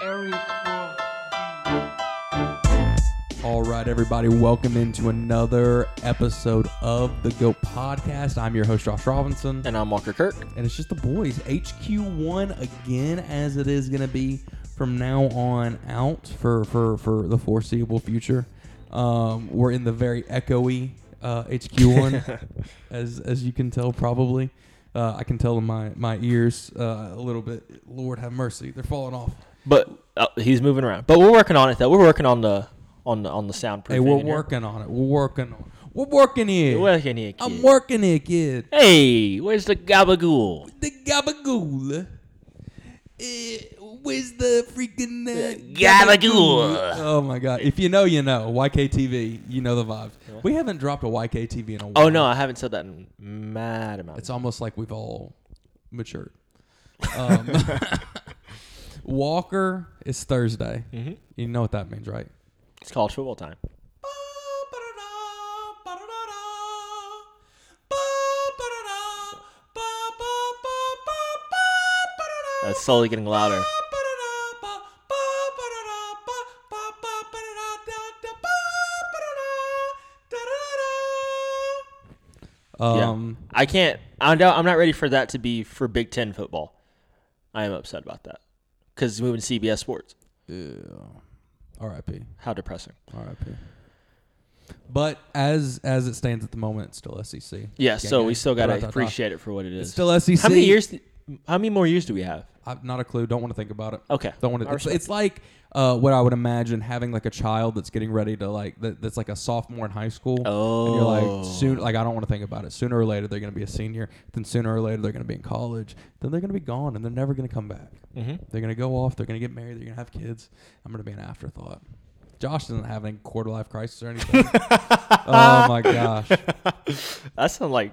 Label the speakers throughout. Speaker 1: very cool.
Speaker 2: All right, everybody, welcome into another episode of the GOAT Podcast. I'm your host, Josh Robinson,
Speaker 3: And I'm Walker Kirk.
Speaker 2: and it's just the boys. HQ1 again, as it is going to be from now on out for, for, for the foreseeable future. Um, we're in the very echoey uh, HQ1, as, as you can tell, probably. Uh, I can tell in my, my ears uh, a little bit. Lord have mercy, they're falling off.
Speaker 3: But uh, he's moving around. But we're working on it though. We're working on the on the on the soundproofing.
Speaker 2: Hey, we're
Speaker 3: you know?
Speaker 2: working on it. We're working on We're working here.
Speaker 3: We're working here,
Speaker 2: I'm
Speaker 3: kid.
Speaker 2: working here, kid.
Speaker 3: Hey, where's the gabagool?
Speaker 2: The gabagool. Eh, where's the freaking uh,
Speaker 3: gabagool.
Speaker 2: Oh my god! If you know, you know. YKTV, you know the vibes. We haven't dropped a YKTV in a while.
Speaker 3: Oh no, I haven't said that in mad amount.
Speaker 2: It's almost like we've all matured. Um, Walker is Thursday.
Speaker 3: Mm-hmm.
Speaker 2: You know what that means, right?
Speaker 3: It's college football time. That's slowly getting louder.
Speaker 2: Um,
Speaker 3: yeah, I can't. I'm not, I'm not ready for that to be for Big Ten football. I am upset about that because it's moving to CBS Sports.
Speaker 2: RIP.
Speaker 3: How depressing.
Speaker 2: RIP. But as as it stands at the moment, it's still E SEC.
Speaker 3: Yeah, so
Speaker 2: gang.
Speaker 3: we still
Speaker 2: Shout out
Speaker 3: gotta
Speaker 2: to
Speaker 3: appreciate it for what it is.
Speaker 2: It's still E SEC.
Speaker 3: How many years? How many more years do we have?
Speaker 2: I've not a clue. Don't want to think about it.
Speaker 3: Okay.
Speaker 2: Don't want
Speaker 3: I
Speaker 2: to. It's,
Speaker 3: respect
Speaker 2: it's like uh, what I would imagine having like a child that's getting ready to like that, that's like a sophomore in high school. And you're
Speaker 3: Oh.
Speaker 2: like soon. Like I don't want to think about it. Sooner or later they're going to be a senior. Then sooner or later they're going to be in college. Then they're going to be gone and they're never going to come back.
Speaker 3: Mhm.
Speaker 2: They're going to go off. They're going to get married. They're going to have kids. I'm going to be an afterthought. Josh doesn't have any quarter life crisis or anything. oh my gosh.
Speaker 3: That sounds like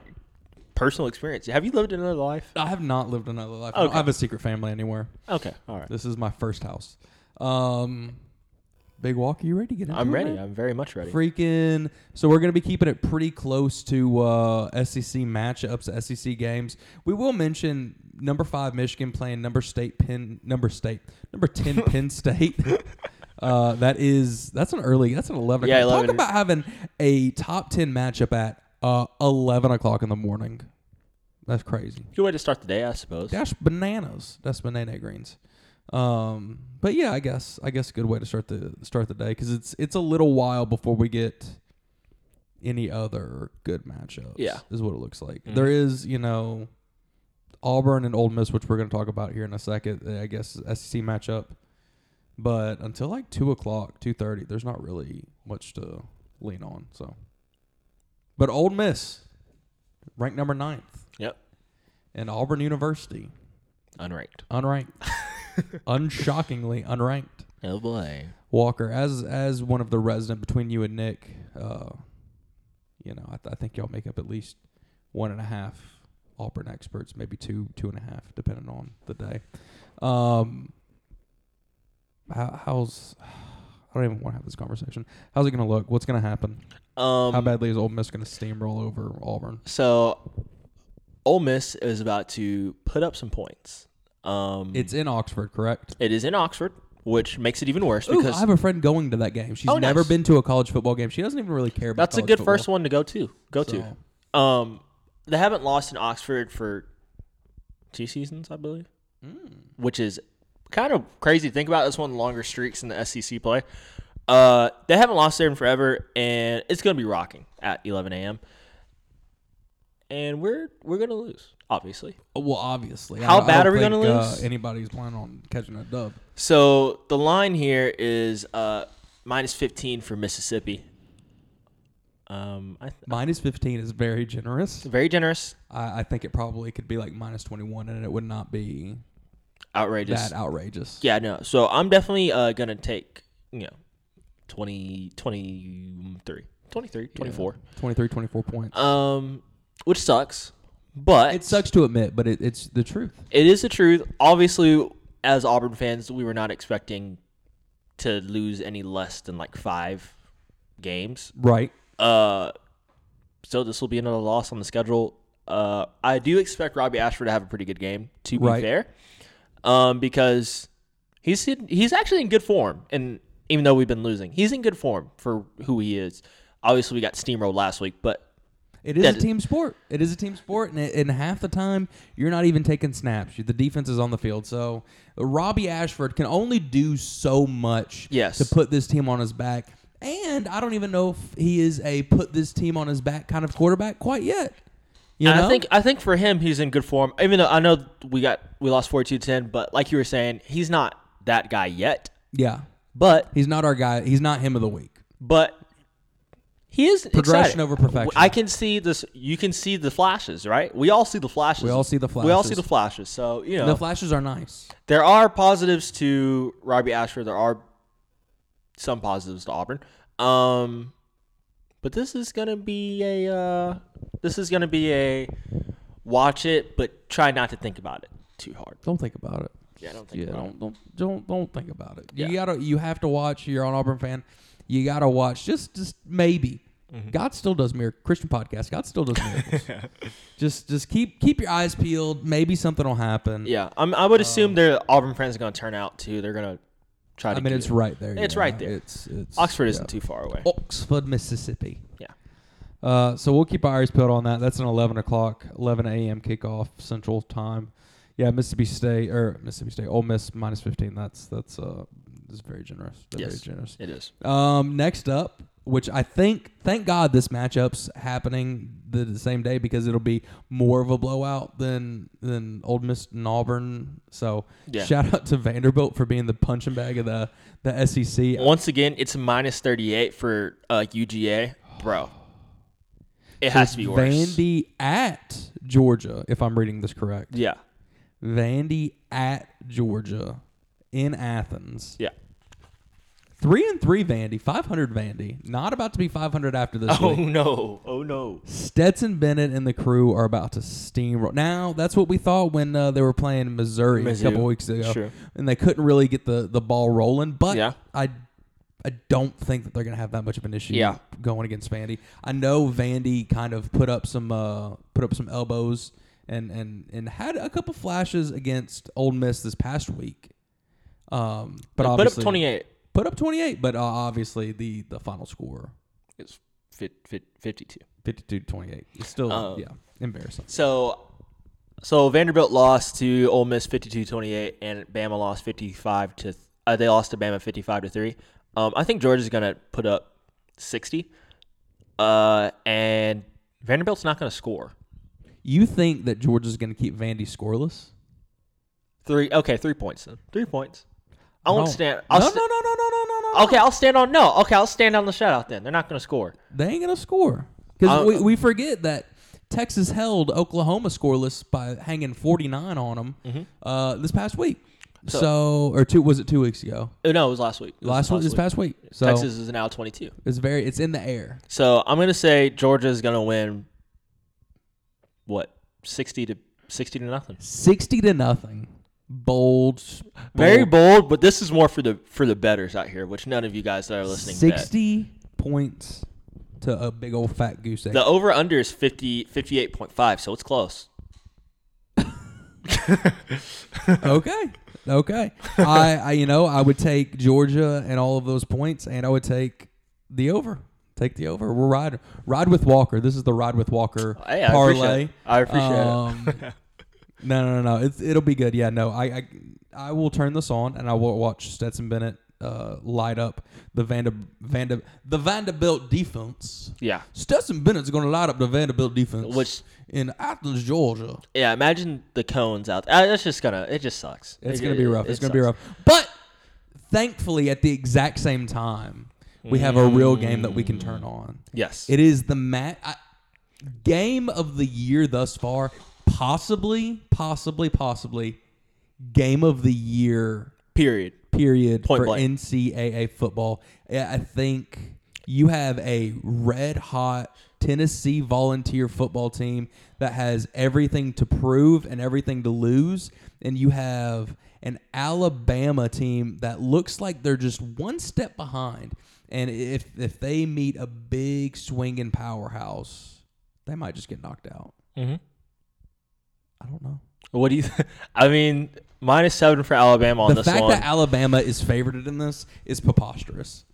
Speaker 3: personal experience. Have you lived another life?
Speaker 2: I have not lived another life. I don't
Speaker 3: Okay.
Speaker 2: have a secret family anywhere.
Speaker 3: Okay, all right.
Speaker 2: This is my first house. Um, Big Walker, you ready to get into
Speaker 3: I'm
Speaker 2: it,
Speaker 3: ready.
Speaker 2: man?
Speaker 3: I'm very much ready.
Speaker 2: Freaking! So we're gonna be keeping it pretty close to uh, SEC matchups, SEC games. We will mention number five Michigan playing number state Penn, number state number ten Penn State. Uh, that is that's an early that's an eleven.
Speaker 3: Yeah,
Speaker 2: o'clock.
Speaker 3: 11.
Speaker 2: Talk about having a top ten matchup at uh, eleven o'clock in the morning. That's crazy.
Speaker 3: Good way to start the day, I suppose.
Speaker 2: That's bananas. That's banana greens. Um, but yeah, I guess I guess a good way to start the start the day because it's it's a little while before we get any other good matchups.
Speaker 3: Yeah. Mm-hmm.
Speaker 2: is what it looks like. There is, you know, Auburn and Old Miss, which we're going to talk about here in a second. uh, I guess SEC matchup, but until like two o'clock, two thirty, there's not really much to lean on. So, but Old Miss, ranked number ninth,
Speaker 3: Yep.
Speaker 2: and Auburn University
Speaker 3: Unranked.
Speaker 2: unranked, unshockingly unranked.
Speaker 3: Oh boy.
Speaker 2: Walker, as as one of the resident between you and Nick, uh, you know, I, th- I think y'all make up at least one and a half Auburn experts, maybe two, two and a half, depending on the day. Um, how, how's I don't even want to have this conversation. How's it going to look? What's going to happen?
Speaker 3: Um.
Speaker 2: how badly is Ole Miss going to steamroll over Auburn?
Speaker 3: So, Ole Miss is about to put up some points. Um,
Speaker 2: It's in Oxford, correct?
Speaker 3: it is in Oxford, which makes it even worse
Speaker 2: Ooh,
Speaker 3: because
Speaker 2: I have a friend going to that game. She's
Speaker 3: Oh,
Speaker 2: never
Speaker 3: nice.
Speaker 2: been to a college football game. She doesn't even really care about.
Speaker 3: that's a
Speaker 2: college
Speaker 3: good
Speaker 2: football.
Speaker 3: first one to go to. Go to. Um, they haven't lost in Oxford for two seasons, I believe, which is kind of crazy to think about. That's one of the longer streaks in the SEC play. Uh, they haven't lost there in forever, and it's going to be rocking at 11 a.m. And we're we're going to lose, obviously.
Speaker 2: Well, obviously.
Speaker 3: How
Speaker 2: I,
Speaker 3: bad
Speaker 2: I don't
Speaker 3: are we gonna
Speaker 2: think,
Speaker 3: lose?
Speaker 2: Uh, anybody's planning on catching a dub.
Speaker 3: So the line here is uh, minus 15 for Mississippi. Um, I
Speaker 2: Minus 15 is very generous.
Speaker 3: very generous,
Speaker 2: I, I think it probably could be like minus 21, and it would not be
Speaker 3: outrageous.
Speaker 2: that outrageous.
Speaker 3: Yeah, no. So I'm definitely uh, gonna take you know 20, 23, 23, 24.
Speaker 2: 23, 24 points.
Speaker 3: Um, which sucks, but
Speaker 2: it sucks to admit, but it, it's the truth.
Speaker 3: It is the truth. Obviously, as Auburn fans, we were not expecting to lose any less than like five games.
Speaker 2: Right.
Speaker 3: Uh, so this will be another loss on the schedule. Uh, I do expect Robbie Ashford to have a pretty good game. To be
Speaker 2: Right.
Speaker 3: fair, um, because He's in- he's actually in good form, and even though we've been losing, he's in good form for who he is. Obviously, we got steamrolled last week, but
Speaker 2: It is
Speaker 3: Yeah,
Speaker 2: a
Speaker 3: d-
Speaker 2: team sport. It is a team sport, and, it, and half the time you're not even taking snaps. You- The defense is on the field, so Robbie Ashford can only do so much.
Speaker 3: Yes.
Speaker 2: to put this team on his back, and I don't even know if he is a put this team on his back kind of quarterback quite yet. You
Speaker 3: And
Speaker 2: know?
Speaker 3: I think I think for him, he's in good form. Even though I know we got we lost 42-10, but like you were saying, he's not that guy yet.
Speaker 2: yeah,
Speaker 3: But
Speaker 2: he's not our guy. He's not him of the week.
Speaker 3: but he is
Speaker 2: Progression
Speaker 3: exciting.
Speaker 2: over perfection.
Speaker 3: I can see this. You can see the flashes, right? We all see the flashes.
Speaker 2: We all see the
Speaker 3: We all see
Speaker 2: flashes.
Speaker 3: the flashes. So you know,
Speaker 2: The flashes are nice.
Speaker 3: there are positives to Robbie Ashford. There are some positives to Auburn. Um, but this is gonna be a uh, this is gonna be a watch it, but try not to think about it too hard.
Speaker 2: Don't think about it.
Speaker 3: Yeah, don't think
Speaker 2: Yeah,
Speaker 3: about
Speaker 2: don't don't don't don't think about it. You
Speaker 3: Yeah.
Speaker 2: gotta you have to watch. You're an Auburn fan. You gotta watch. Just just maybe. God still does miracles. Christian podcast. God still does miracles. just just keep keep your eyes peeled. Maybe something will happen.
Speaker 3: it. Yeah, I'm, I would assume their Auburn friends are gonna turn out too. They're gonna try to.
Speaker 2: Um, I mean
Speaker 3: get
Speaker 2: it's
Speaker 3: it.
Speaker 2: right there.
Speaker 3: It's
Speaker 2: yeah.
Speaker 3: right there.
Speaker 2: It's it's
Speaker 3: Oxford
Speaker 2: yeah. Oh.
Speaker 3: isn't too far away.
Speaker 2: Oxford, Mississippi.
Speaker 3: Yeah.
Speaker 2: Uh, so we'll keep our eyes peeled on that. That's an 11 o'clock, 11 a.m. kickoff Central Time. Yeah, Mississippi State or Mississippi State, Ole Miss minus 15. That's that's uh, that's very generous. That's
Speaker 3: Yes.
Speaker 2: very generous.
Speaker 3: It is.
Speaker 2: Um, next up, which I think, thank God, this matchup's happening the, the same day because it'll be more of a blowout than than Old Miss and Auburn. So
Speaker 3: Yeah.
Speaker 2: shout out to Vanderbilt for being the punching bag of the the E SEC.
Speaker 3: Once again, it's minus 38 for uh, UGA, bro. It has to be worse.
Speaker 2: Vandy at Georgia, if I'm reading this correct.
Speaker 3: Yeah,
Speaker 2: Vandy at Georgia in Athens.
Speaker 3: yeah.
Speaker 2: Three and three Vandy, 500 Vandy. Not about to be 500 after this
Speaker 3: Oh
Speaker 2: week.
Speaker 3: no! Oh no!
Speaker 2: Stetson Bennett and the crew are about to steamroll. Now that's what we thought when uh, they were playing Missouri
Speaker 3: Mizzou.
Speaker 2: a couple weeks ago,
Speaker 3: Sure.
Speaker 2: and they couldn't really get the, the ball rolling. But
Speaker 3: Yeah.
Speaker 2: I, I don't think that they're going to have that much of an issue
Speaker 3: Yeah.
Speaker 2: going against Vandy. I know Vandy kind of put up some uh, put up some elbows and and and had a couple flashes against Old Miss this past week. Um, but
Speaker 3: Put up
Speaker 2: obviously
Speaker 3: 28.
Speaker 2: Put up twenty eight, but uh, obviously the the final score
Speaker 3: It's fit, fit, 52.
Speaker 2: 52-28. It's still
Speaker 3: Um,
Speaker 2: yeah embarrassing.
Speaker 3: So, so Vanderbilt lost to Ole Miss 52-28, and Bama lost 55 to. Uh, they lost to Bama 55 to three. Um, I think Georgia's gonna put up 60. Uh, and Vanderbilt's not gonna score
Speaker 2: You think that Georgia's going to keep Vandy scoreless?
Speaker 3: three. Okay, three points. Then. Three points. I won't stand.
Speaker 2: No,
Speaker 3: I'll
Speaker 2: no,
Speaker 3: st-
Speaker 2: no, no, no, no, no, no.
Speaker 3: Okay, I'll stand on no. Okay, I'll stand on the shutout then. They're not going to score.
Speaker 2: They ain't going to score. Because
Speaker 3: I'll-
Speaker 2: we, we forget that Texas held Oklahoma scoreless by hanging 49 on them
Speaker 3: Mm-hmm.
Speaker 2: uh, this past week. So, or two was it two weeks ago?
Speaker 3: Oh, No, it was last week. It was
Speaker 2: Last week, this past week. So
Speaker 3: Texas is now 22.
Speaker 2: it's very it's in the air.
Speaker 3: So I'm going to say Georgia is going to win. What 60 to 60 to nothing.
Speaker 2: Sixty to nothing. Bold.
Speaker 3: Very bold, but this is more for the for the betters out here, which none of you guys that are listening. Bet.
Speaker 2: Sixty points to a big old fat goose egg.
Speaker 3: The over under is 50 58.5, so it's close.
Speaker 2: okay. Okay. I, I you know, I would take Georgia and all of those points and I would take the over. Take the over. We'll ride ride with Walker. This is the ride with Walker
Speaker 3: Hey, Oh, I
Speaker 2: parlay.
Speaker 3: appreciate it. I appreciate it.
Speaker 2: it. no, no, no, no. It's, it'll be good. Yeah, no. I, I I will turn this on and I will watch Stetson Bennett uh, light up the Vander, Vander the Vanderbilt defense.
Speaker 3: Yeah.
Speaker 2: Stetson Bennett's going to light up the Vanderbilt defense,
Speaker 3: Which-
Speaker 2: in Athens, Georgia.
Speaker 3: Yeah, imagine the cones out. There. That's just gonna. It just sucks.
Speaker 2: It's
Speaker 3: It-
Speaker 2: gonna be
Speaker 3: it-
Speaker 2: rough.
Speaker 3: it
Speaker 2: It's gonna be
Speaker 3: sucks.
Speaker 2: rough. But thankfully, at the exact same time, we have a real game that we can
Speaker 3: Mm.
Speaker 2: turn on.
Speaker 3: Yes.
Speaker 2: It is the mat I, game of the year thus far, possibly, possibly, possibly game of the year
Speaker 3: Period.
Speaker 2: period
Speaker 3: Point
Speaker 2: for
Speaker 3: blank.
Speaker 2: NCAA football. Yeah, I think you have a red hot Tennessee volunteer football team that has everything to prove and everything to lose, and you have an Alabama team that looks like they're just one step behind. And if if they meet a big swinging powerhouse, they might just get knocked out.
Speaker 3: Mm-hmm.
Speaker 2: I don't know.
Speaker 3: What do you? I mean, Minus seven for Alabama on
Speaker 2: The
Speaker 3: this
Speaker 2: fact
Speaker 3: one.
Speaker 2: that Alabama is favored in this is preposterous.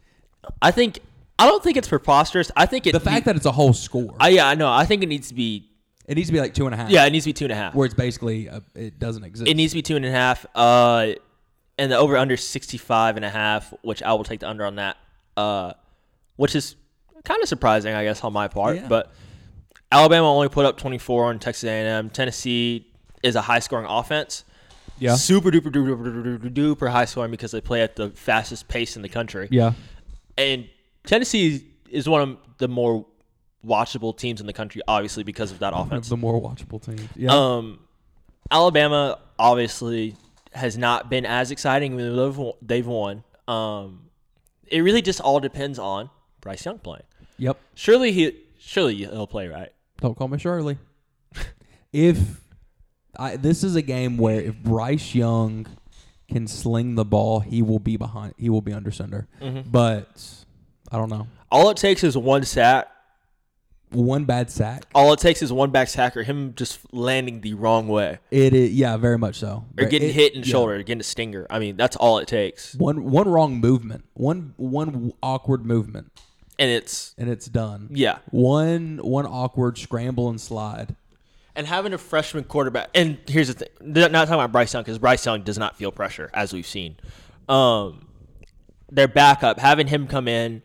Speaker 3: I think I don't think it's preposterous. I think it.
Speaker 2: The fact that it's a whole score,
Speaker 3: I, yeah, I know. I think it needs to be.
Speaker 2: it needs to be like two and a half.
Speaker 3: Yeah, it needs to be two and a half.
Speaker 2: where it's basically a, it doesn't exist.
Speaker 3: It needs to be two and a half. Uh, and the over under 65 and a half, which I will take the under on that. Uh, which is kind of surprising, I guess, on my part.
Speaker 2: Yeah.
Speaker 3: But Alabama only put up 24 on Texas A&M. Tennessee is a high scoring offense.
Speaker 2: yeah,
Speaker 3: Super duper duper duper duper, duper, duper high scoring because they play at the fastest pace in the country.
Speaker 2: yeah,
Speaker 3: And Tennessee is one of the more watchable teams in the country, obviously because of that
Speaker 2: one of
Speaker 3: offense.
Speaker 2: the more watchable teams. Yeah,
Speaker 3: Um, Alabama obviously has not been as exciting when they've won- they've won. Um, it really just all depends on Bryce Young playing.
Speaker 2: yep.
Speaker 3: Surely he surely he'll play right.
Speaker 2: Don't call me Shirley. if I, this is a game where if Bryce Young can sling the ball, he will be behind. He will be under center. But I don't know.
Speaker 3: All it takes is one sack.
Speaker 2: One bad sack.
Speaker 3: All it takes is one back sack or him just landing the wrong way
Speaker 2: It is yeah, very much so.
Speaker 3: or getting
Speaker 2: It-
Speaker 3: hit in the
Speaker 2: yeah.
Speaker 3: shoulder, getting a stinger. I mean, that's all it takes,
Speaker 2: One one wrong movement. One one awkward movement,
Speaker 3: and it's
Speaker 2: and it's done.
Speaker 3: yeah.
Speaker 2: One one awkward scramble and slide.
Speaker 3: And having a freshman quarterback, and here's the thing: they're not talking about Bryce Young because Bryce Young does not feel pressure, as we've seen. Um, their backup, having him come in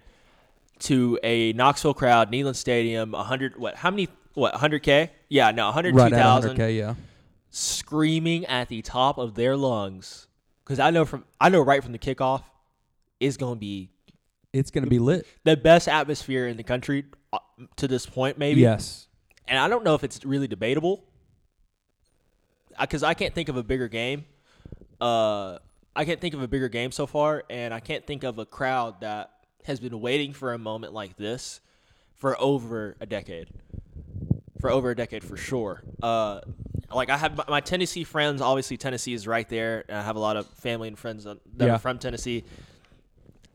Speaker 3: to a Knoxville crowd, Neyland Stadium, hundred what? How many? What? Hundred K? Yeah, no, hundred
Speaker 2: Right
Speaker 3: two
Speaker 2: at
Speaker 3: thousand.
Speaker 2: 100k. Yeah.
Speaker 3: Screaming at the top of their lungs because I know from I know right from the kickoff is going to be
Speaker 2: It's gonna be lit.
Speaker 3: the best atmosphere in the country uh, to this point, maybe
Speaker 2: Yes.
Speaker 3: and I don't know if it's really debatable because I can't think of a bigger game. Uh, I can't think of a bigger game so far, and I can't think of a crowd that has been waiting for a moment like this for over a decade. For over a decade, for sure. Uh, like I have my- my Tennessee friends. Obviously, Tennessee is right there, and I have a lot of family and friends that
Speaker 2: Yeah.
Speaker 3: are from Tennessee.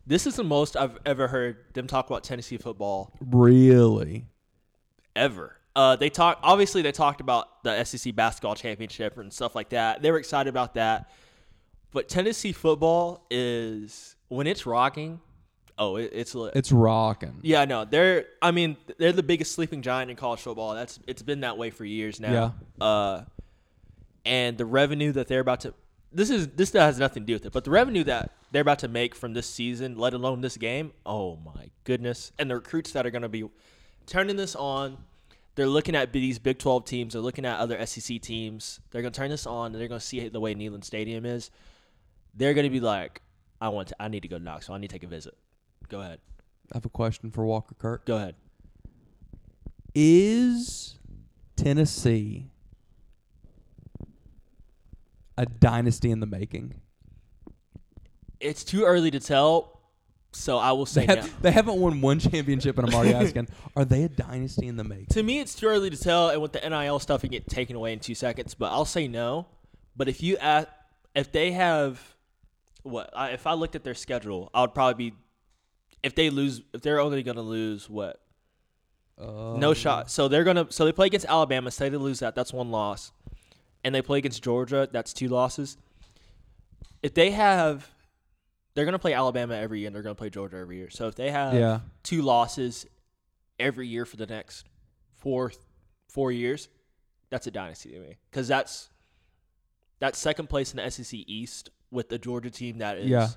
Speaker 3: This is the most I've ever heard them talk about Tennessee football
Speaker 2: Really.
Speaker 3: ever. Uh, they talk obviously they talked about the SEC basketball championship and stuff like that. They were excited about that. But Tennessee football is when it's rocking, oh, it, it's lit.
Speaker 2: It's rocking.
Speaker 3: yeah, no, they're I mean they're the biggest sleeping giant in college football. That's it's been that way for years now. Yeah. Uh, and the revenue that they're about to this is this has nothing to do with it, but the revenue that they're about to make from this season, let alone this game, oh my goodness! And the recruits that are going to be turning this on, they're looking at these Big Twelve teams, they're looking at other SEC teams. They're going to turn this on, and they're going to see the way Neyland Stadium is. They're going to be like, I want, to, I need to go to Knoxville. I need to take a visit. Go ahead,
Speaker 2: I have a question for Walker Kirk.
Speaker 3: go ahead.
Speaker 2: Is Tennessee a dynasty in the making?
Speaker 3: It's too early to tell, so I will say
Speaker 2: They,
Speaker 3: no.
Speaker 2: have, they haven't won one championship, and I'm already asking, are they a dynasty in the making?
Speaker 3: To me, it's too early to tell, and with the NIL stuff, it get taken away in two seconds. But I'll say no. But if you ask, if they have, what I, if I looked at their schedule, I would probably be, if they lose, if they're only gonna lose what
Speaker 2: Uh,
Speaker 3: no shot. So they're gonna, so they play against Alabama. Say they lose that, that's one loss, and they play against Georgia, that's two losses. If they have, they're gonna play Alabama every year, and they're gonna play Georgia every year. So if they have,
Speaker 2: Yeah.
Speaker 3: two losses every year for the next four four years, that's a dynasty to me because that's that's second place in the SEC East with the Georgia team that is
Speaker 2: Yeah.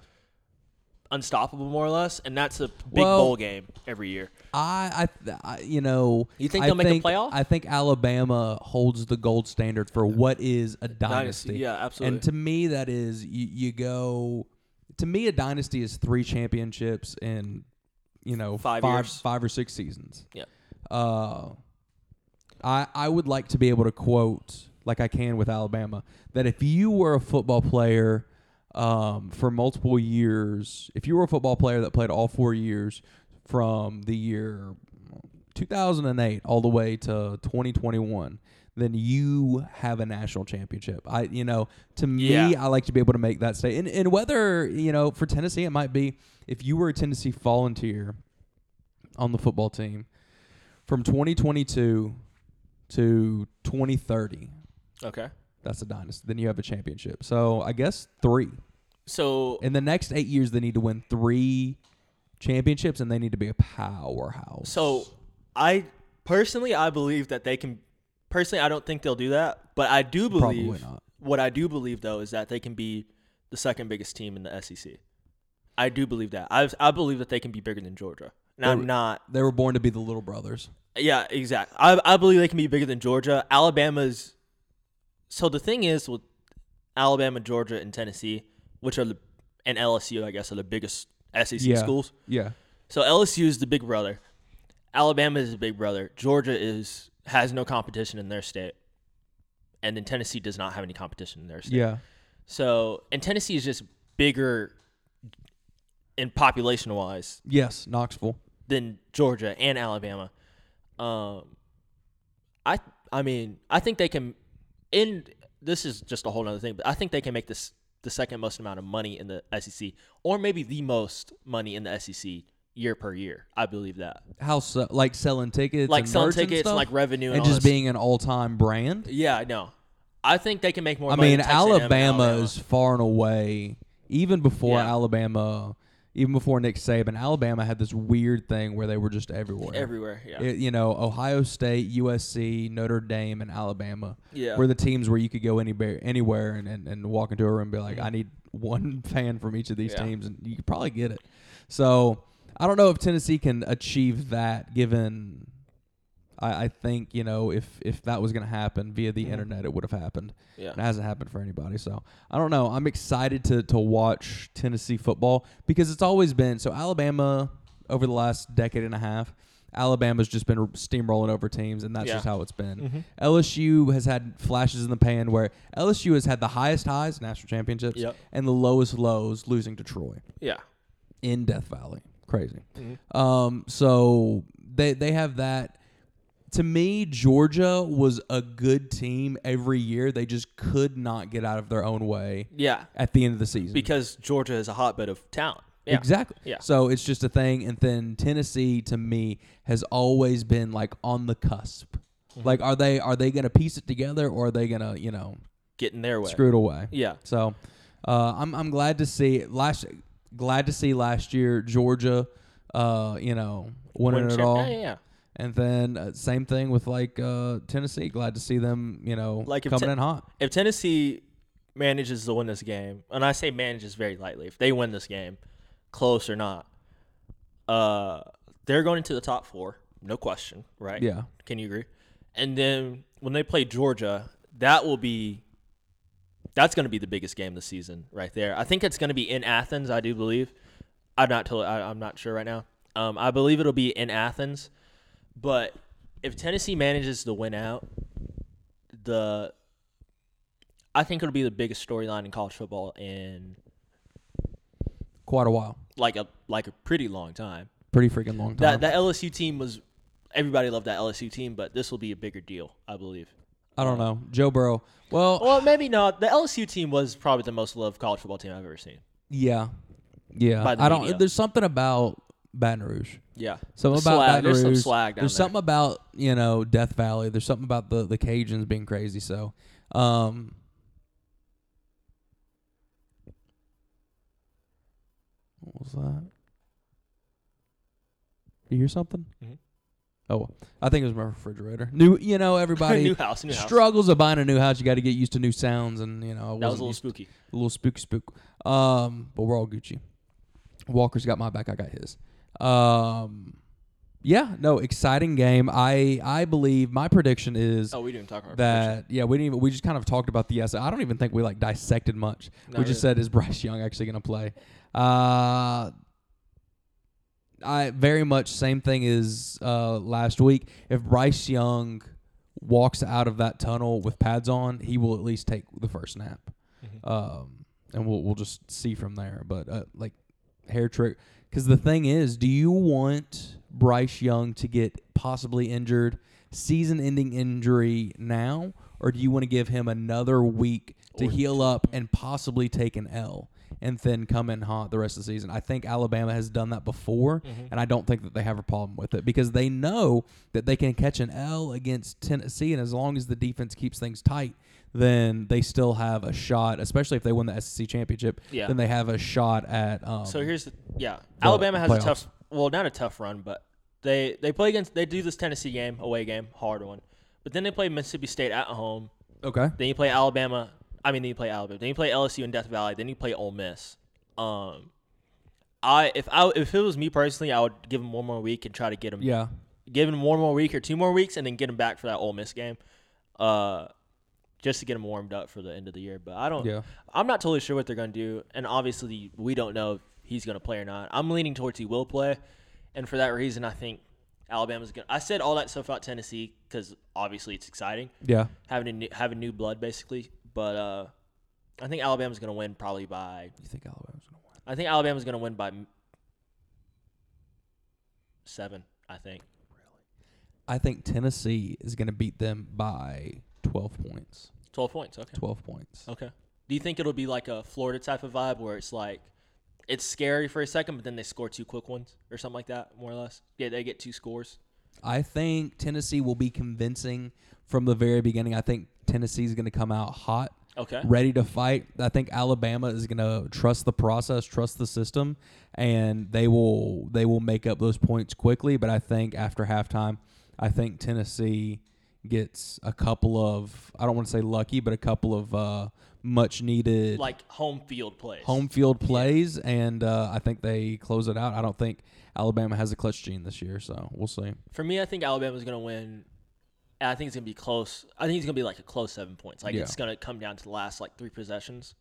Speaker 3: unstoppable more or less, and that's a big
Speaker 2: Well-
Speaker 3: bowl game every year.
Speaker 2: I, I, I, you know,
Speaker 3: You think
Speaker 2: I
Speaker 3: they'll make a playoff?
Speaker 2: I think Alabama holds the gold standard for what is a dynasty.
Speaker 3: yeah, absolutely.
Speaker 2: And to me, that is you, you go. To me, a dynasty is three championships in, you know,
Speaker 3: Five
Speaker 2: five,
Speaker 3: years.
Speaker 2: five or six seasons.
Speaker 3: Yeah,
Speaker 2: uh, I I would like to be able to quote like I can with Alabama that if you were a football player um, for multiple years, if you were a football player that played all four years from the year 2008 all the way to 2021, then you have a national championship. I you know to me
Speaker 3: Yeah.
Speaker 2: I like to be able to make that statement. And, and whether you know for Tennessee it might be if you were a Tennessee volunteer on the football team from 2022 to 2030
Speaker 3: okay,
Speaker 2: That's a dynasty. Then you have a championship. So I guess three.
Speaker 3: So
Speaker 2: In the next eight years, they need to win three championships, and they need to be a powerhouse.
Speaker 3: So I personally I believe that they can personally I don't think they'll do that, but I do
Speaker 2: Probably
Speaker 3: believe
Speaker 2: not.
Speaker 3: what I do believe though is that they can be the second biggest team in the SEC. I do believe that. I I believe that they can be bigger than Georgia. And I'm
Speaker 2: Or-
Speaker 3: not
Speaker 2: they were born to be the little brothers.
Speaker 3: yeah, exactly. I I believe they can be bigger than Georgia. Alabama's so the thing is with Alabama, Georgia, and Tennessee, which are the and LSU, I guess, are the biggest SEC
Speaker 2: Yeah.
Speaker 3: schools.
Speaker 2: Yeah.
Speaker 3: So LSU is the big brother. Alabama is the big brother. Georgia is has no competition in their state. And then Tennessee does not have any competition in their state.
Speaker 2: Yeah.
Speaker 3: So and Tennessee is just bigger in population wise
Speaker 2: Yes. Knoxville.
Speaker 3: than Georgia and Alabama. Um, I I mean I think they can. In this is just a whole other thing, but I think they can make this the second most amount of money in the SEC, or maybe the most money in the SEC year per year. I believe that,
Speaker 2: How so? Like selling tickets,
Speaker 3: like
Speaker 2: and
Speaker 3: selling
Speaker 2: merch and
Speaker 3: tickets, and
Speaker 2: stuff?
Speaker 3: like revenue, and,
Speaker 2: and
Speaker 3: all
Speaker 2: just
Speaker 3: this.
Speaker 2: being an all-time brand.
Speaker 3: Yeah, no, I think they can make more.
Speaker 2: I
Speaker 3: money
Speaker 2: mean,
Speaker 3: than Texas A&M and
Speaker 2: Alabama is far and away, even before
Speaker 3: Yeah.
Speaker 2: Alabama, even before Nick Saban, Alabama had this weird thing where they were just everywhere.
Speaker 3: everywhere. Yeah,
Speaker 2: It- you know, Ohio State, USC, Notre Dame, and Alabama
Speaker 3: Yeah.
Speaker 2: were the teams where you could go anywhere, anywhere and, and, and walk into a room and be like, I need one fan from each of these
Speaker 3: Mm-hmm. Yeah.
Speaker 2: teams, and you could probably get it. So I don't know if Tennessee can achieve that given. I, I think you know if if that was going to happen via the internet, it would have happened.
Speaker 3: Mm-hmm. Yeah.
Speaker 2: It hasn't happened for anybody. So I don't know. I'm excited to to watch Tennessee football because it's always been so Alabama over the last decade and a half. Alabama's just been steamrolling over teams, and that's
Speaker 3: Yeah. Mm-hmm.
Speaker 2: just how it's been. LSU has had flashes in the pan where LSU has had the highest highs, national championships,
Speaker 3: Yep.
Speaker 2: and the lowest lows, losing to Troy
Speaker 3: yeah,
Speaker 2: in Death Valley. Crazy.
Speaker 3: Mm-hmm.
Speaker 2: Um, so they they have that. To me, Georgia was a good team every year. They just could not get out of their own way
Speaker 3: yeah.
Speaker 2: at the end of the season.
Speaker 3: Because Georgia is a hotbed of talent. Yeah.
Speaker 2: Exactly.
Speaker 3: Yeah.
Speaker 2: So it's just a thing. And then Tennessee, to me, has always been like on the cusp.
Speaker 3: Mm-hmm.
Speaker 2: Like, are they are they gonna piece it together or are they gonna you know
Speaker 3: Getting their way.
Speaker 2: screw it away?
Speaker 3: Yeah.
Speaker 2: So uh, I'm I'm glad to see last glad to see last year Georgia, uh, you know, winning
Speaker 3: Win
Speaker 2: it
Speaker 3: champ-
Speaker 2: all,
Speaker 3: Yeah, yeah, yeah.
Speaker 2: and then uh, same thing with like uh, Tennessee. Glad to see them, you know,
Speaker 3: Like if
Speaker 2: coming
Speaker 3: Te-
Speaker 2: in hot.
Speaker 3: if Tennessee manages to win this game, and I say manages very lightly, if they win this game, close or not, uh, they're going into the top four, no question, right?
Speaker 2: Yeah.
Speaker 3: Can you agree? And then when they play Georgia, that will be that's going to be the biggest game this season, right there. I think it's going to be in Athens. I do believe. I'm not totally. I, I'm not sure right now. Um, I believe it'll be in Athens, but if Tennessee manages to win out, the I think it'll be the biggest storyline in college football in
Speaker 2: Quite a while,
Speaker 3: like a like a pretty long time.
Speaker 2: pretty freaking long time.
Speaker 3: That that LSU team was everybody loved that LSU team, but this will be a bigger deal, I believe.
Speaker 2: I don't know, Joe Burrow. Well,
Speaker 3: Well, maybe not. The LSU team was probably the most loved college football team I've ever seen.
Speaker 2: yeah, yeah.
Speaker 3: By the
Speaker 2: I don't.
Speaker 3: media.
Speaker 2: There's something about Baton Rouge.
Speaker 3: Yeah.
Speaker 2: Something
Speaker 3: The
Speaker 2: about
Speaker 3: slag-
Speaker 2: Baton
Speaker 3: there's some
Speaker 2: Rouge.
Speaker 3: slag down
Speaker 2: there's
Speaker 3: there.
Speaker 2: something about you know Death Valley. There's something about the the Cajuns being crazy. So, um, what was that? You hear something?
Speaker 3: Mhm.
Speaker 2: Oh, well. I think it was my refrigerator. New, you know, everybody
Speaker 3: new house, new house.
Speaker 2: struggles of buying a new house. You got to get used to new sounds, and you know, I
Speaker 3: that was
Speaker 2: wasn't
Speaker 3: a little
Speaker 2: used-
Speaker 3: spooky.
Speaker 2: a little spook spook. Um, but we're all Gucci. Walker's got my back. I got his. Um, yeah, no, exciting game. I I believe my prediction is
Speaker 3: Oh, we didn't talk about that.
Speaker 2: that yeah we didn't even, we just kind of talked about the yes. I don't even think we like dissected much.
Speaker 3: Not
Speaker 2: we just said is Bryce Young actually going to play? Uh, I very much same thing as uh, last week. If Bryce Young walks out of that tunnel with pads on, he will at least take the first snap. Um, and we'll we'll just see from there. But uh, like hair trick, because the thing is, do you want Bryce Young to get possibly injured, season-ending injury now, or do you want to give him another week to heal up and possibly take an L? and then come in hot the rest of the season. I think Alabama has done that before,
Speaker 3: Mm-hmm.
Speaker 2: and I don't think that they have a problem with it because they know that they can catch an L against Tennessee, and as long as the defense keeps things tight, then they still have a shot. Especially if they win the SEC championship,
Speaker 3: Yeah.
Speaker 2: then they have a shot at. Um,
Speaker 3: So here's the yeah. Alabama has a
Speaker 2: playoffs.
Speaker 3: tough well, not a tough run, but they they play against they do this Tennessee game, away game, hard one. But then they play Mississippi State at home.
Speaker 2: okay,
Speaker 3: Then you play Alabama. I mean, then you play Alabama. Then you play LSU and Death Valley. Then you play Ole Miss. Um, I if I if it was me personally, I would give him one more week and try to get him
Speaker 2: yeah,
Speaker 3: give him one more week or two more weeks, and then get him back for that Ole Miss game, uh, just to get him warmed up for the end of the year. But I don't.
Speaker 2: Yeah.
Speaker 3: I'm not totally sure what they're gonna do, and obviously we don't know if he's gonna play or not. I'm leaning towards he will play, and for that reason, I think Alabama's gonna. I said all that stuff about Tennessee because obviously it's exciting
Speaker 2: yeah.
Speaker 3: having a new, having new blood basically, but uh, I think Alabama's gonna win probably by.
Speaker 2: You think Alabama's gonna win?
Speaker 3: I think Alabama's gonna win by m- seven. I think.
Speaker 2: I think Tennessee is gonna beat them by twelve points.
Speaker 3: 12 points. Okay.
Speaker 2: Twelve points.
Speaker 3: Okay. Do you think it'll be like a Florida type of vibe where it's like it's scary for a second, but then they score two quick ones or something like that, more or less? Yeah, they get two scores.
Speaker 2: I think Tennessee will be convincing from the very beginning. I think Tennessee is going to come out hot,
Speaker 3: Okay.
Speaker 2: ready to fight. I think Alabama is going to trust the process, trust the system, and they will they will make up those points quickly. But I think after halftime, I think Tennessee gets a couple of I don't want to say lucky, but a couple of uh, much needed
Speaker 3: Like home field plays.
Speaker 2: home field plays, and uh, I think they close it out. I don't think Alabama has a clutch gene this year, so we'll see.
Speaker 3: For me, I think Alabama's going to win. And I think it's going to be close. I think it's going to be like a close seven points. Like
Speaker 2: Yeah.
Speaker 3: it's going to come down to the last like three possessions.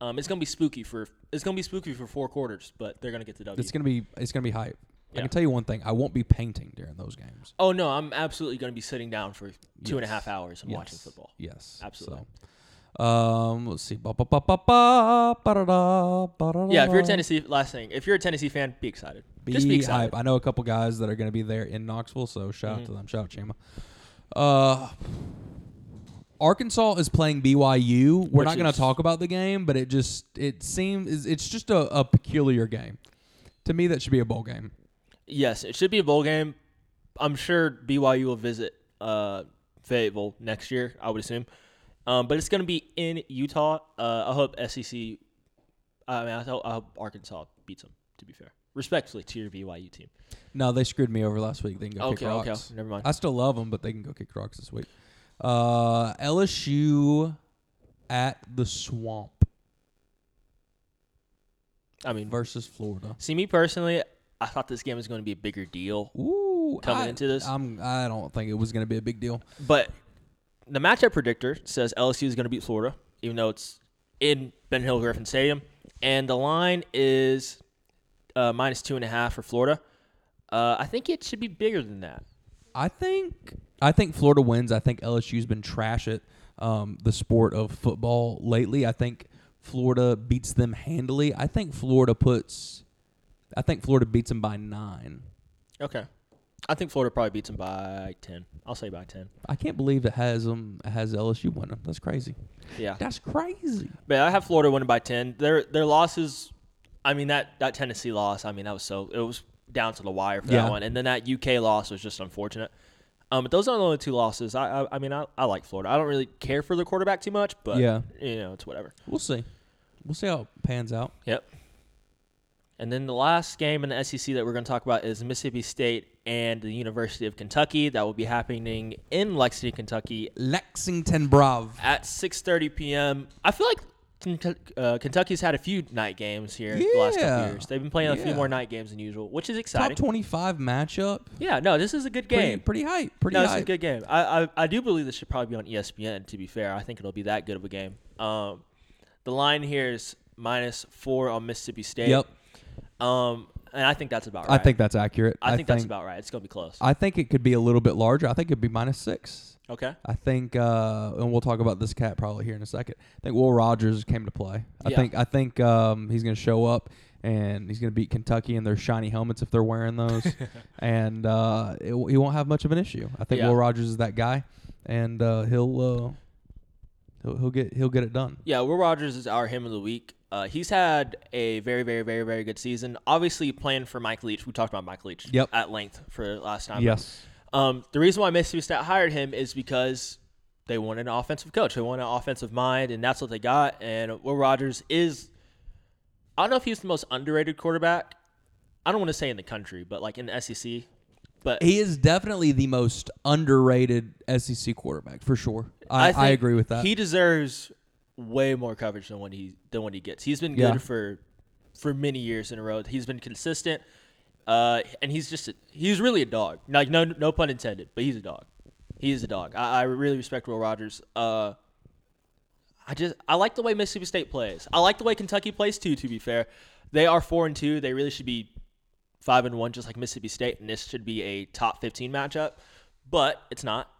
Speaker 3: Um, it's going to be spooky for it's going to be spooky for four quarters, but they're going to get the W.
Speaker 2: It's gonna be it's gonna be hype. I
Speaker 3: Yeah.
Speaker 2: can tell you one thing: I won't be painting during those games.
Speaker 3: oh no, I'm absolutely going to be sitting down for two and a
Speaker 2: Yes.
Speaker 3: half hours and watching
Speaker 2: Yes.
Speaker 3: football.
Speaker 2: Yes,
Speaker 3: Absolutely.
Speaker 2: So, um, let's see. Ba, ba, ba, ba, ba, ba-da-da, ba-da-da.
Speaker 3: Yeah, if you're a Tennessee, last thing, if you're a Tennessee fan, be excited.
Speaker 2: Uh-huh. be
Speaker 3: Just be excited. Mm-hmm.
Speaker 2: hype. I know a couple guys that are gonna be there in Knoxville, so shout out to them. Shout out Chama. Uh, Arkansas is playing BYU. We're
Speaker 3: Which
Speaker 2: not gonna
Speaker 3: is-
Speaker 2: talk about the game, but it just it seems it's just a, a peculiar game. To me, that should be a bowl game.
Speaker 3: Yes, it should be a bowl game. I'm sure BYU will visit uh, Fayetteville next year, I would assume. Um, but it's going to be in Utah. Uh, I hope SEC. I mean, I hope, I hope Arkansas beats them. To be fair, respectfully to your BYU team.
Speaker 2: No, they screwed me over last week. They can go
Speaker 3: Okay,
Speaker 2: kick rocks. Uh,
Speaker 3: okay, never mind.
Speaker 2: I still love them, but they can go kick rocks this week. Uh, LSU at the Swamp
Speaker 3: I mean,
Speaker 2: versus Florida.
Speaker 3: see me personally. I thought this game was going to be a bigger deal,
Speaker 2: Ooh,
Speaker 3: Coming
Speaker 2: I,
Speaker 3: into this?
Speaker 2: I'm, I don't think it was going to be a big deal.
Speaker 3: but the matchup predictor says LSU is going to beat Florida, even though it's in Ben Hill Griffin Stadium, and the line is uh, minus two and a half for Florida. Uh, I think it should be bigger than that.
Speaker 2: I think I think Florida wins. I think LSU's been trash at um, the sport of football lately. I think Florida beats them handily. I think Florida puts. I think Florida beats them by nine.
Speaker 3: Okay, I think Florida probably beats them by ten. I'll say by ten.
Speaker 2: I can't believe it has um it has LSU winning. That's crazy.
Speaker 3: Yeah,
Speaker 2: That's crazy.
Speaker 3: but I have Florida winning by ten. Their their losses, I mean that that Tennessee loss. I mean that was so it was down to the wire for
Speaker 2: Yeah.
Speaker 3: that one, and then that UK loss was just unfortunate. Um, but those are the only two losses. I I, I mean I, I like Florida. I don't really care for the quarterback too much, but
Speaker 2: Yeah.
Speaker 3: you know it's whatever.
Speaker 2: We'll see. We'll see how it pans out.
Speaker 3: Yep. And then the last game in the SEC that we're going to talk about is Mississippi State and the University of Kentucky. That will be happening in Lexington, Kentucky,
Speaker 2: Lexington Brav.
Speaker 3: at 6:30 p.m. I feel like Kentu- uh, Kentucky's had a few night games here the last couple
Speaker 2: Yeah.
Speaker 3: years. They've been playing a few
Speaker 2: Yeah.
Speaker 3: more night games than usual, which is
Speaker 2: Top
Speaker 3: exciting.
Speaker 2: 25 matchup.
Speaker 3: yeah, no, this is a good
Speaker 2: Pretty,
Speaker 3: game.
Speaker 2: pretty hype. Pretty
Speaker 3: no, this is a
Speaker 2: hype.
Speaker 3: good game. I, I I do believe this should probably be on E ESPN. To be fair, I think it'll be that good of a game. Um, the line here is minus four on Mississippi State.
Speaker 2: Yep.
Speaker 3: Um, and I think that's about
Speaker 2: I
Speaker 3: right.
Speaker 2: think that's accurate.
Speaker 3: I think, that's about right. It's gonna be close.
Speaker 2: I think it could be a little bit larger. I think it'd be minus six.
Speaker 3: okay.
Speaker 2: I think, uh, and we'll talk about this cat probably here in a second. I think Will Rogers came to play. I
Speaker 3: Yeah.
Speaker 2: think I think um, he's going to show up and he's going to beat Kentucky in their shiny helmets if they're wearing those, and uh, it, he won't have much of an issue. I think
Speaker 3: Yeah.
Speaker 2: Will Rogers is that guy, and uh, he'll, uh, he'll he'll get he'll get it done.
Speaker 3: Yeah, Will Rogers is our him of the week. Uh, he's had a very, very, very, very good season. Obviously, playing for Mike Leach. We talked about Mike Leach
Speaker 2: Yep.
Speaker 3: at length for last time.
Speaker 2: Yes.
Speaker 3: Um, the reason why Mississippi State hired him is because they wanted an offensive coach. They wanted an offensive mind, and that's what they got. And Will Rogers is, I don't know if he's the most underrated quarterback. I don't want to say in the country, but like in the SEC. But
Speaker 2: He is definitely the most underrated SEC quarterback for sure. I, I,
Speaker 3: think
Speaker 2: agree with that.
Speaker 3: He deserves way more coverage than what he than what he gets. He's been
Speaker 2: Yeah.
Speaker 3: good for for many years in a row. He's been consistent, uh, and he's just a, he's really a dog. Like no no pun intended, but he's a dog. He is a dog. I, I really respect Will Rogers. Uh, I just I like the way Mississippi State plays. I like the way Kentucky plays too. To be fair, they are four and two. They really should be five and one, just like Mississippi State, and this should be a top fifteen matchup, but it's not.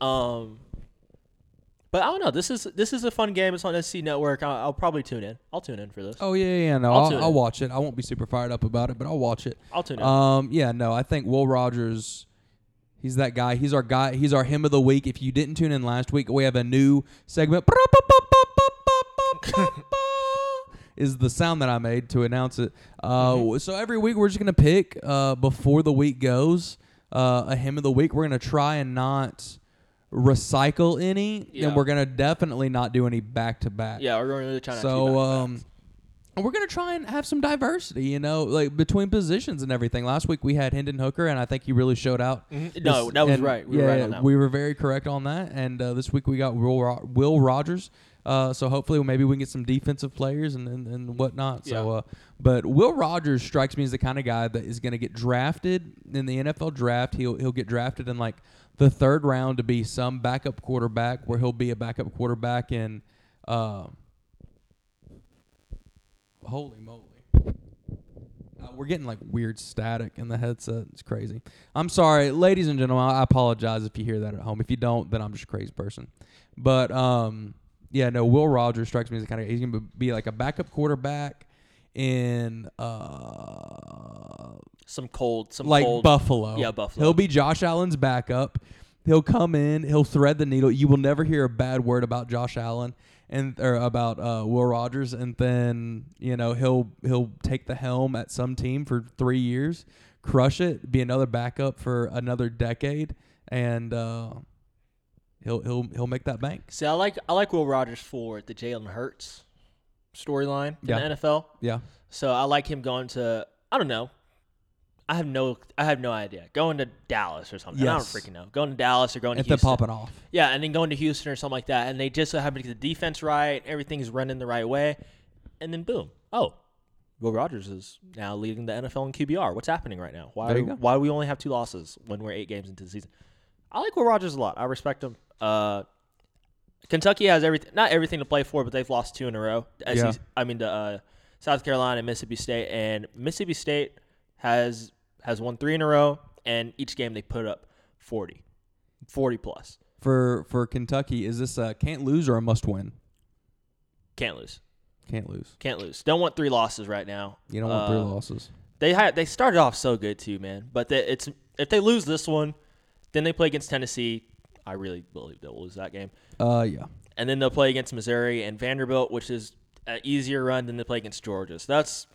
Speaker 3: Um, but I don't know. This is this is a fun game. It's on SC Network. I'll, I'll probably tune in. I'll tune in for this.
Speaker 2: oh yeah, yeah, yeah, no,
Speaker 3: I'll
Speaker 2: I'll,
Speaker 3: tune
Speaker 2: I'll,
Speaker 3: in.
Speaker 2: watch it. I won't be super fired up about it, but I'll watch it.
Speaker 3: I'll tune in.
Speaker 2: Um, yeah, no, I think Will Rogers. He's that guy. He's our guy. He's our hymn of the week. If you didn't tune in last week, we have a new segment. Is the sound that I made to announce it.
Speaker 3: Mm-hmm.
Speaker 2: Uh, So every week we're just gonna pick uh, before the week goes uh, a hymn of the week. We're gonna try and not recycle any,
Speaker 3: Yeah.
Speaker 2: and we're gonna definitely not do any back to back.
Speaker 3: yeah, we're going to really try not to.
Speaker 2: So
Speaker 3: back-to-back.
Speaker 2: um, and we're gonna try and have some diversity, you know, like between positions and everything. Last week we had Hendon Hooker, and I think he really showed out.
Speaker 3: Mhm. No, that was
Speaker 2: and-
Speaker 3: right. We were
Speaker 2: yeah,
Speaker 3: right on that
Speaker 2: we were very correct on that. And uh, this week we got Will, Ro- Will Rogers. Uh, so hopefully maybe we can get some defensive players and, and, and whatnot. So,
Speaker 3: Yeah.
Speaker 2: uh, but Will Rogers strikes me as the kind of guy that is going to get drafted in the NFL draft. He'll he'll get drafted in like the third round to be some backup quarterback, where he'll be a backup quarterback in. um Holy moly. Uh, we're getting like weird static in the headset. It's crazy. I'm sorry, ladies and gentlemen. I apologize if you hear that at home. If you don't, then I'm just a crazy person. But um, yeah, no. Will Rogers strikes me as the kind of he's gonna be like a backup quarterback in uh
Speaker 3: some cold, some
Speaker 2: like
Speaker 3: cold.
Speaker 2: Buffalo.
Speaker 3: Yeah, Buffalo.
Speaker 2: He'll be Josh Allen's backup. He'll come in. He'll thread the needle. You will never hear a bad word about Josh Allen and or about uh, Will Rogers. And then you know he'll he'll take the helm at some team for three years, crush it, be another backup for another decade, and uh, he'll he'll he'll make that bank.
Speaker 3: See, I like I like Will Rogers for the Jalen Hurts storyline in
Speaker 2: Yeah.
Speaker 3: the NFL.
Speaker 2: Yeah.
Speaker 3: So I like him going to I don't know. I have no I have no idea. Going to Dallas or something. I don't
Speaker 2: Yes.
Speaker 3: freaking know. Going to Dallas or going
Speaker 2: If
Speaker 3: to
Speaker 2: they're
Speaker 3: Houston.
Speaker 2: popping off.
Speaker 3: Yeah, and then going to Houston or something like that. And they just so happen to get the defense right, everything's running the right way, and then boom. Oh. Will Rogers is now leading the NFL in QBR. What's happening right now? Why
Speaker 2: There you go.
Speaker 3: why we only have two losses when we're eight games into the season? I like Will Rogers a lot. I respect him. Uh Kentucky has everything, not everything to play for, but they've lost two in a row. The SEC
Speaker 2: Yeah.
Speaker 3: I mean, to, uh, South Carolina and Mississippi State, and Mississippi State has has won three in a row, and each game they put up 40, 40 plus.
Speaker 2: For for Kentucky, is this a can't lose or a must win?
Speaker 3: Can't lose,
Speaker 2: Can't lose.
Speaker 3: can't lose. Don't want three losses right now.
Speaker 2: You don't want three
Speaker 3: Uh,
Speaker 2: losses.
Speaker 3: They had they started off so good too, man. But they, it's if they lose this one, then they play against Tennessee. I really believe they'll lose that game.
Speaker 2: Uh, yeah.
Speaker 3: and then they'll play against Missouri and Vanderbilt, which is an easier run than they play against Georgia. So that's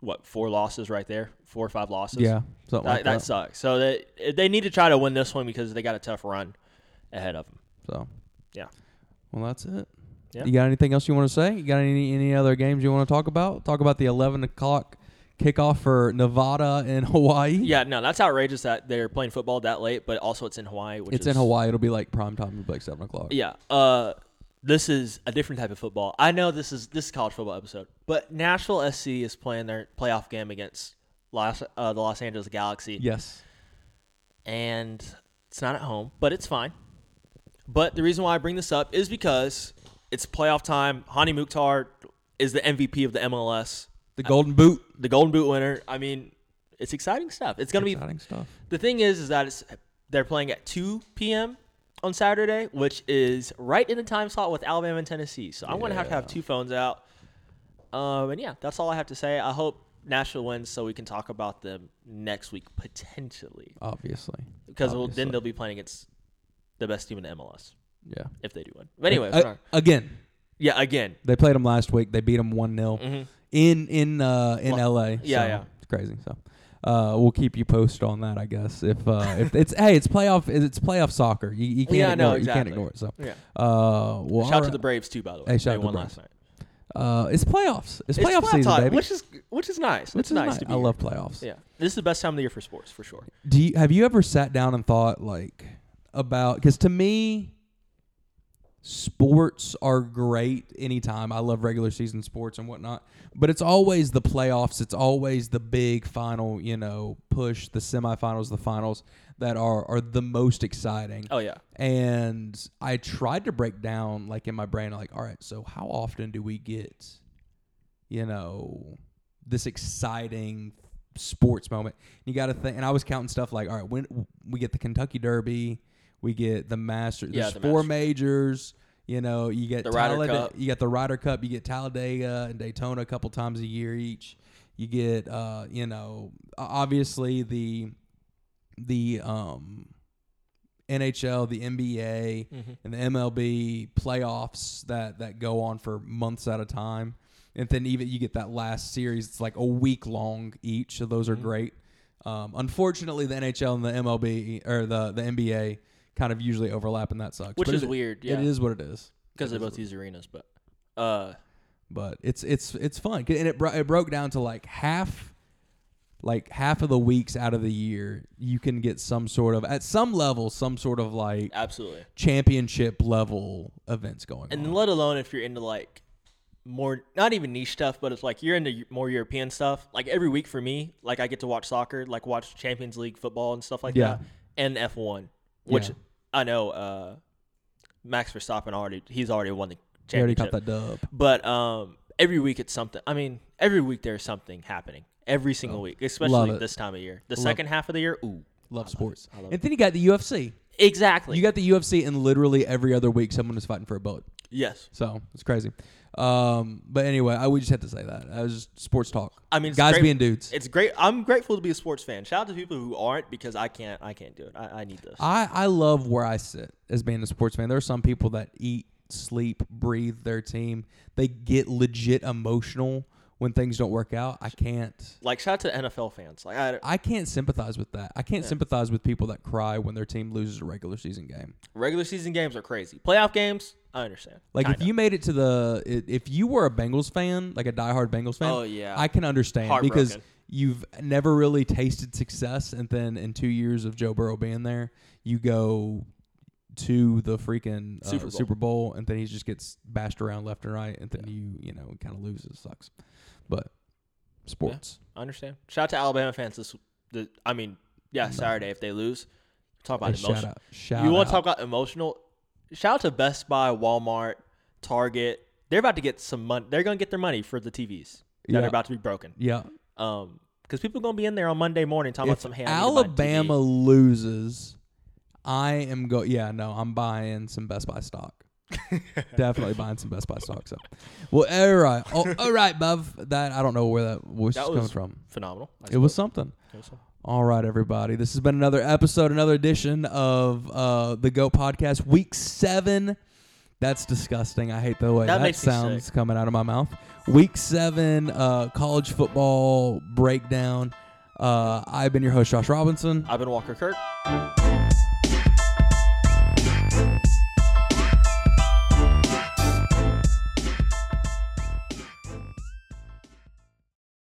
Speaker 3: what four losses right there, four or five losses.
Speaker 2: Yeah, something
Speaker 3: that,
Speaker 2: like
Speaker 3: that
Speaker 2: that.
Speaker 3: sucks. So they they need to try to win this one because they got a tough run ahead of them.
Speaker 2: So
Speaker 3: Yeah.
Speaker 2: Well, that's it.
Speaker 3: Yeah.
Speaker 2: You got anything else you want to say? You got any any other games you want to talk about? Talk about the eleven o'clock kickoff for Nevada and Hawaii.
Speaker 3: Yeah, no, that's outrageous that they're playing football that late, but also it's in Hawaii, which
Speaker 2: it's
Speaker 3: is,
Speaker 2: in Hawaii. It'll be like prime time. It'll be like seven o'clock.
Speaker 3: Yeah. Uh, this is a different type of football. I know this is this is college football episode, but Nashville SC is playing their playoff game against Los, uh, the Los Angeles Galaxy.
Speaker 2: Yes.
Speaker 3: and it's not at home, but it's fine. But the reason why I bring this up is because it's playoff time. Hani Mukhtar is the MVP of the MLS,
Speaker 2: The Golden Boot.
Speaker 3: the Golden Boot winner. I mean, it's exciting stuff. It's gonna be
Speaker 2: Exciting stuff.
Speaker 3: the thing is, is that it's they're playing at 2 p.m. on Saturday, which is right in the time slot with Alabama and Tennessee. So I'm gonna have to have two phones out. Um, and yeah, that's all I have to say. I hope Nashville wins so we can talk about them next week potentially
Speaker 2: Obviously.
Speaker 3: because we'll,
Speaker 2: Obviously.
Speaker 3: then they'll be playing against the best team in the MLS
Speaker 2: Yeah.
Speaker 3: if they do win. But anyway,
Speaker 2: Uh, again,
Speaker 3: Yeah, again.
Speaker 2: They played them last week. They beat them one 0 in in uh, in
Speaker 3: Mm-hmm. Well,
Speaker 2: LA.
Speaker 3: yeah,
Speaker 2: so
Speaker 3: yeah.
Speaker 2: it's crazy. So uh, we'll keep you posted on that, I guess. If uh, if it's hey, it's playoff, it's playoff soccer. You, you can't
Speaker 3: Yeah, I
Speaker 2: ignore
Speaker 3: know,
Speaker 2: it.
Speaker 3: exactly.
Speaker 2: You can't ignore it. So
Speaker 3: Yeah.
Speaker 2: uh, well,
Speaker 3: Shout out to
Speaker 2: alright.
Speaker 3: the Braves too, by the way.
Speaker 2: Hey, shout
Speaker 3: they
Speaker 2: out to
Speaker 3: won
Speaker 2: the
Speaker 3: last night.
Speaker 2: uh, it's playoffs. It's
Speaker 3: It's
Speaker 2: playoff season,
Speaker 3: time,
Speaker 2: baby.
Speaker 3: which is which is nice.
Speaker 2: Which
Speaker 3: it's
Speaker 2: is
Speaker 3: nice,
Speaker 2: nice.
Speaker 3: to be.
Speaker 2: I
Speaker 3: here.
Speaker 2: love playoffs.
Speaker 3: Yeah, this is the best time of the year for sports for sure.
Speaker 2: Do you have you ever sat down and thought like about because to me, sports are great anytime. I love regular season sports and whatnot, but it's always the playoffs. It's always the big final, you know, push, the semifinals, the finals that are are the most exciting.
Speaker 3: Oh yeah,
Speaker 2: And I tried to break down like in my brain, like, all right, so how often do we get, you know, this exciting sports moment? You got to think, and I was counting stuff like, all right, when we get the Kentucky Derby, we get the Masters.
Speaker 3: Yeah,
Speaker 2: There's
Speaker 3: the
Speaker 2: four
Speaker 3: Masters.
Speaker 2: majors. You know, you get
Speaker 3: The Ryder
Speaker 2: Tallade-
Speaker 3: Cup.
Speaker 2: you got the Ryder Cup, you get Talladega and Daytona a couple times a year each. You get, uh, you know, o- obviously the the um NHL, the NBA,
Speaker 3: Mm-hmm.
Speaker 2: and the MLB playoffs that that go on for months at a time. And then even you get that last series; it's like a week long each. So those are
Speaker 3: Mm-hmm.
Speaker 2: great. Um, unfortunately, the NHL and the MLB or the the NBA kind of usually overlap, and that sucks.
Speaker 3: Which
Speaker 2: But
Speaker 3: is
Speaker 2: it-
Speaker 3: weird, yeah.
Speaker 2: it is what it is.
Speaker 3: because they both use arenas, but uh,
Speaker 2: But it's it's it's fun, and it bro- it broke down to like half like half of the weeks out of the year you can get some sort of at some level some sort of like
Speaker 3: absolutely.
Speaker 2: championship level events going
Speaker 3: And
Speaker 2: on.
Speaker 3: let alone if you're into like more, not even niche stuff, but it's like you're into Eu- more European stuff. Like every week for me, like I get to watch soccer, like watch Champions League football and stuff like
Speaker 2: Yeah.
Speaker 3: that, and F1, which
Speaker 2: Yeah.
Speaker 3: I know uh, Max Verstappen already he's already won the
Speaker 2: You already caught
Speaker 3: championship.
Speaker 2: that dub.
Speaker 3: But um, every week it's something. I mean, every week there's something happening. Every single week, especially
Speaker 2: Oh. it.
Speaker 3: this time of year. The second half of the year, ooh,
Speaker 2: Love sports.
Speaker 3: I love
Speaker 2: and then you got the UFC.
Speaker 3: exactly.
Speaker 2: You got the UFC, and literally every other week someone is fighting for a bullet.
Speaker 3: yes,
Speaker 2: So it's crazy. Um, but anyway, I would just have to say that. I was just sports talk.
Speaker 3: I mean, it's
Speaker 2: guys
Speaker 3: great-
Speaker 2: being dudes.
Speaker 3: it's great. I'm grateful to be a sports fan. Shout out to people who aren't because I can't. I can't do it. I, I need this.
Speaker 2: I, I love where I sit as being a sports fan. There are some people that eat, sleep, breathe their team. They get legit emotional when things don't work out. I can't.
Speaker 3: like shout out to NFL fans. Like I,
Speaker 2: I can't sympathize with that. I can't sympathize with people that cry when their team loses a regular season game.
Speaker 3: regular season games are crazy. Playoff games, I understand.
Speaker 2: Like
Speaker 3: Kinda.
Speaker 2: if you made it to the i- if you were a Bengals fan, like a diehard Bengals fan,
Speaker 3: Oh, yeah.
Speaker 2: I can understand because
Speaker 3: Heartbroken.
Speaker 2: you've never really tasted success, and then in two years of Joe Burrow being there, you go to the freaking uh, Super,
Speaker 3: Super
Speaker 2: Bowl.
Speaker 3: Bowl.
Speaker 2: and then he just gets bashed around left and right, and then you you know kind of loses. It sucks, but sports.
Speaker 3: I understand. Shout out to Alabama fans. This, the, I mean, yeah, Saturday if they lose, talk about
Speaker 2: Hey, shout
Speaker 3: emotion.
Speaker 2: out, shout
Speaker 3: you want
Speaker 2: out.
Speaker 3: to talk about emotional? Shout out to Best Buy, Walmart, Target. They're about to get some money. They're gonna get their money for the TVs that
Speaker 2: Yeah.
Speaker 3: are about to be broken.
Speaker 2: yeah.
Speaker 3: Um, because people gonna be in there on Monday morning talking about
Speaker 2: If
Speaker 3: some hand.
Speaker 2: Alabama loses, I am go. Yeah, no, I'm buying some Best Buy stock. Definitely buying some Best Buy stock. So, well, all right, oh, all right, Bub. That I don't know where that voice
Speaker 3: That
Speaker 2: is coming
Speaker 3: was-
Speaker 2: from.
Speaker 3: phenomenal. I
Speaker 2: It was something.
Speaker 3: suppose so.
Speaker 2: All right, everybody. This has been another episode, another edition of uh, the Goat Podcast, week seven. That's disgusting. I hate the way
Speaker 3: That
Speaker 2: that,
Speaker 3: makes me
Speaker 2: sounds coming out of my mouth. Week seven, uh, college football breakdown. Uh, I've been your host, Josh Robinson.
Speaker 3: I've been Walker Kirk.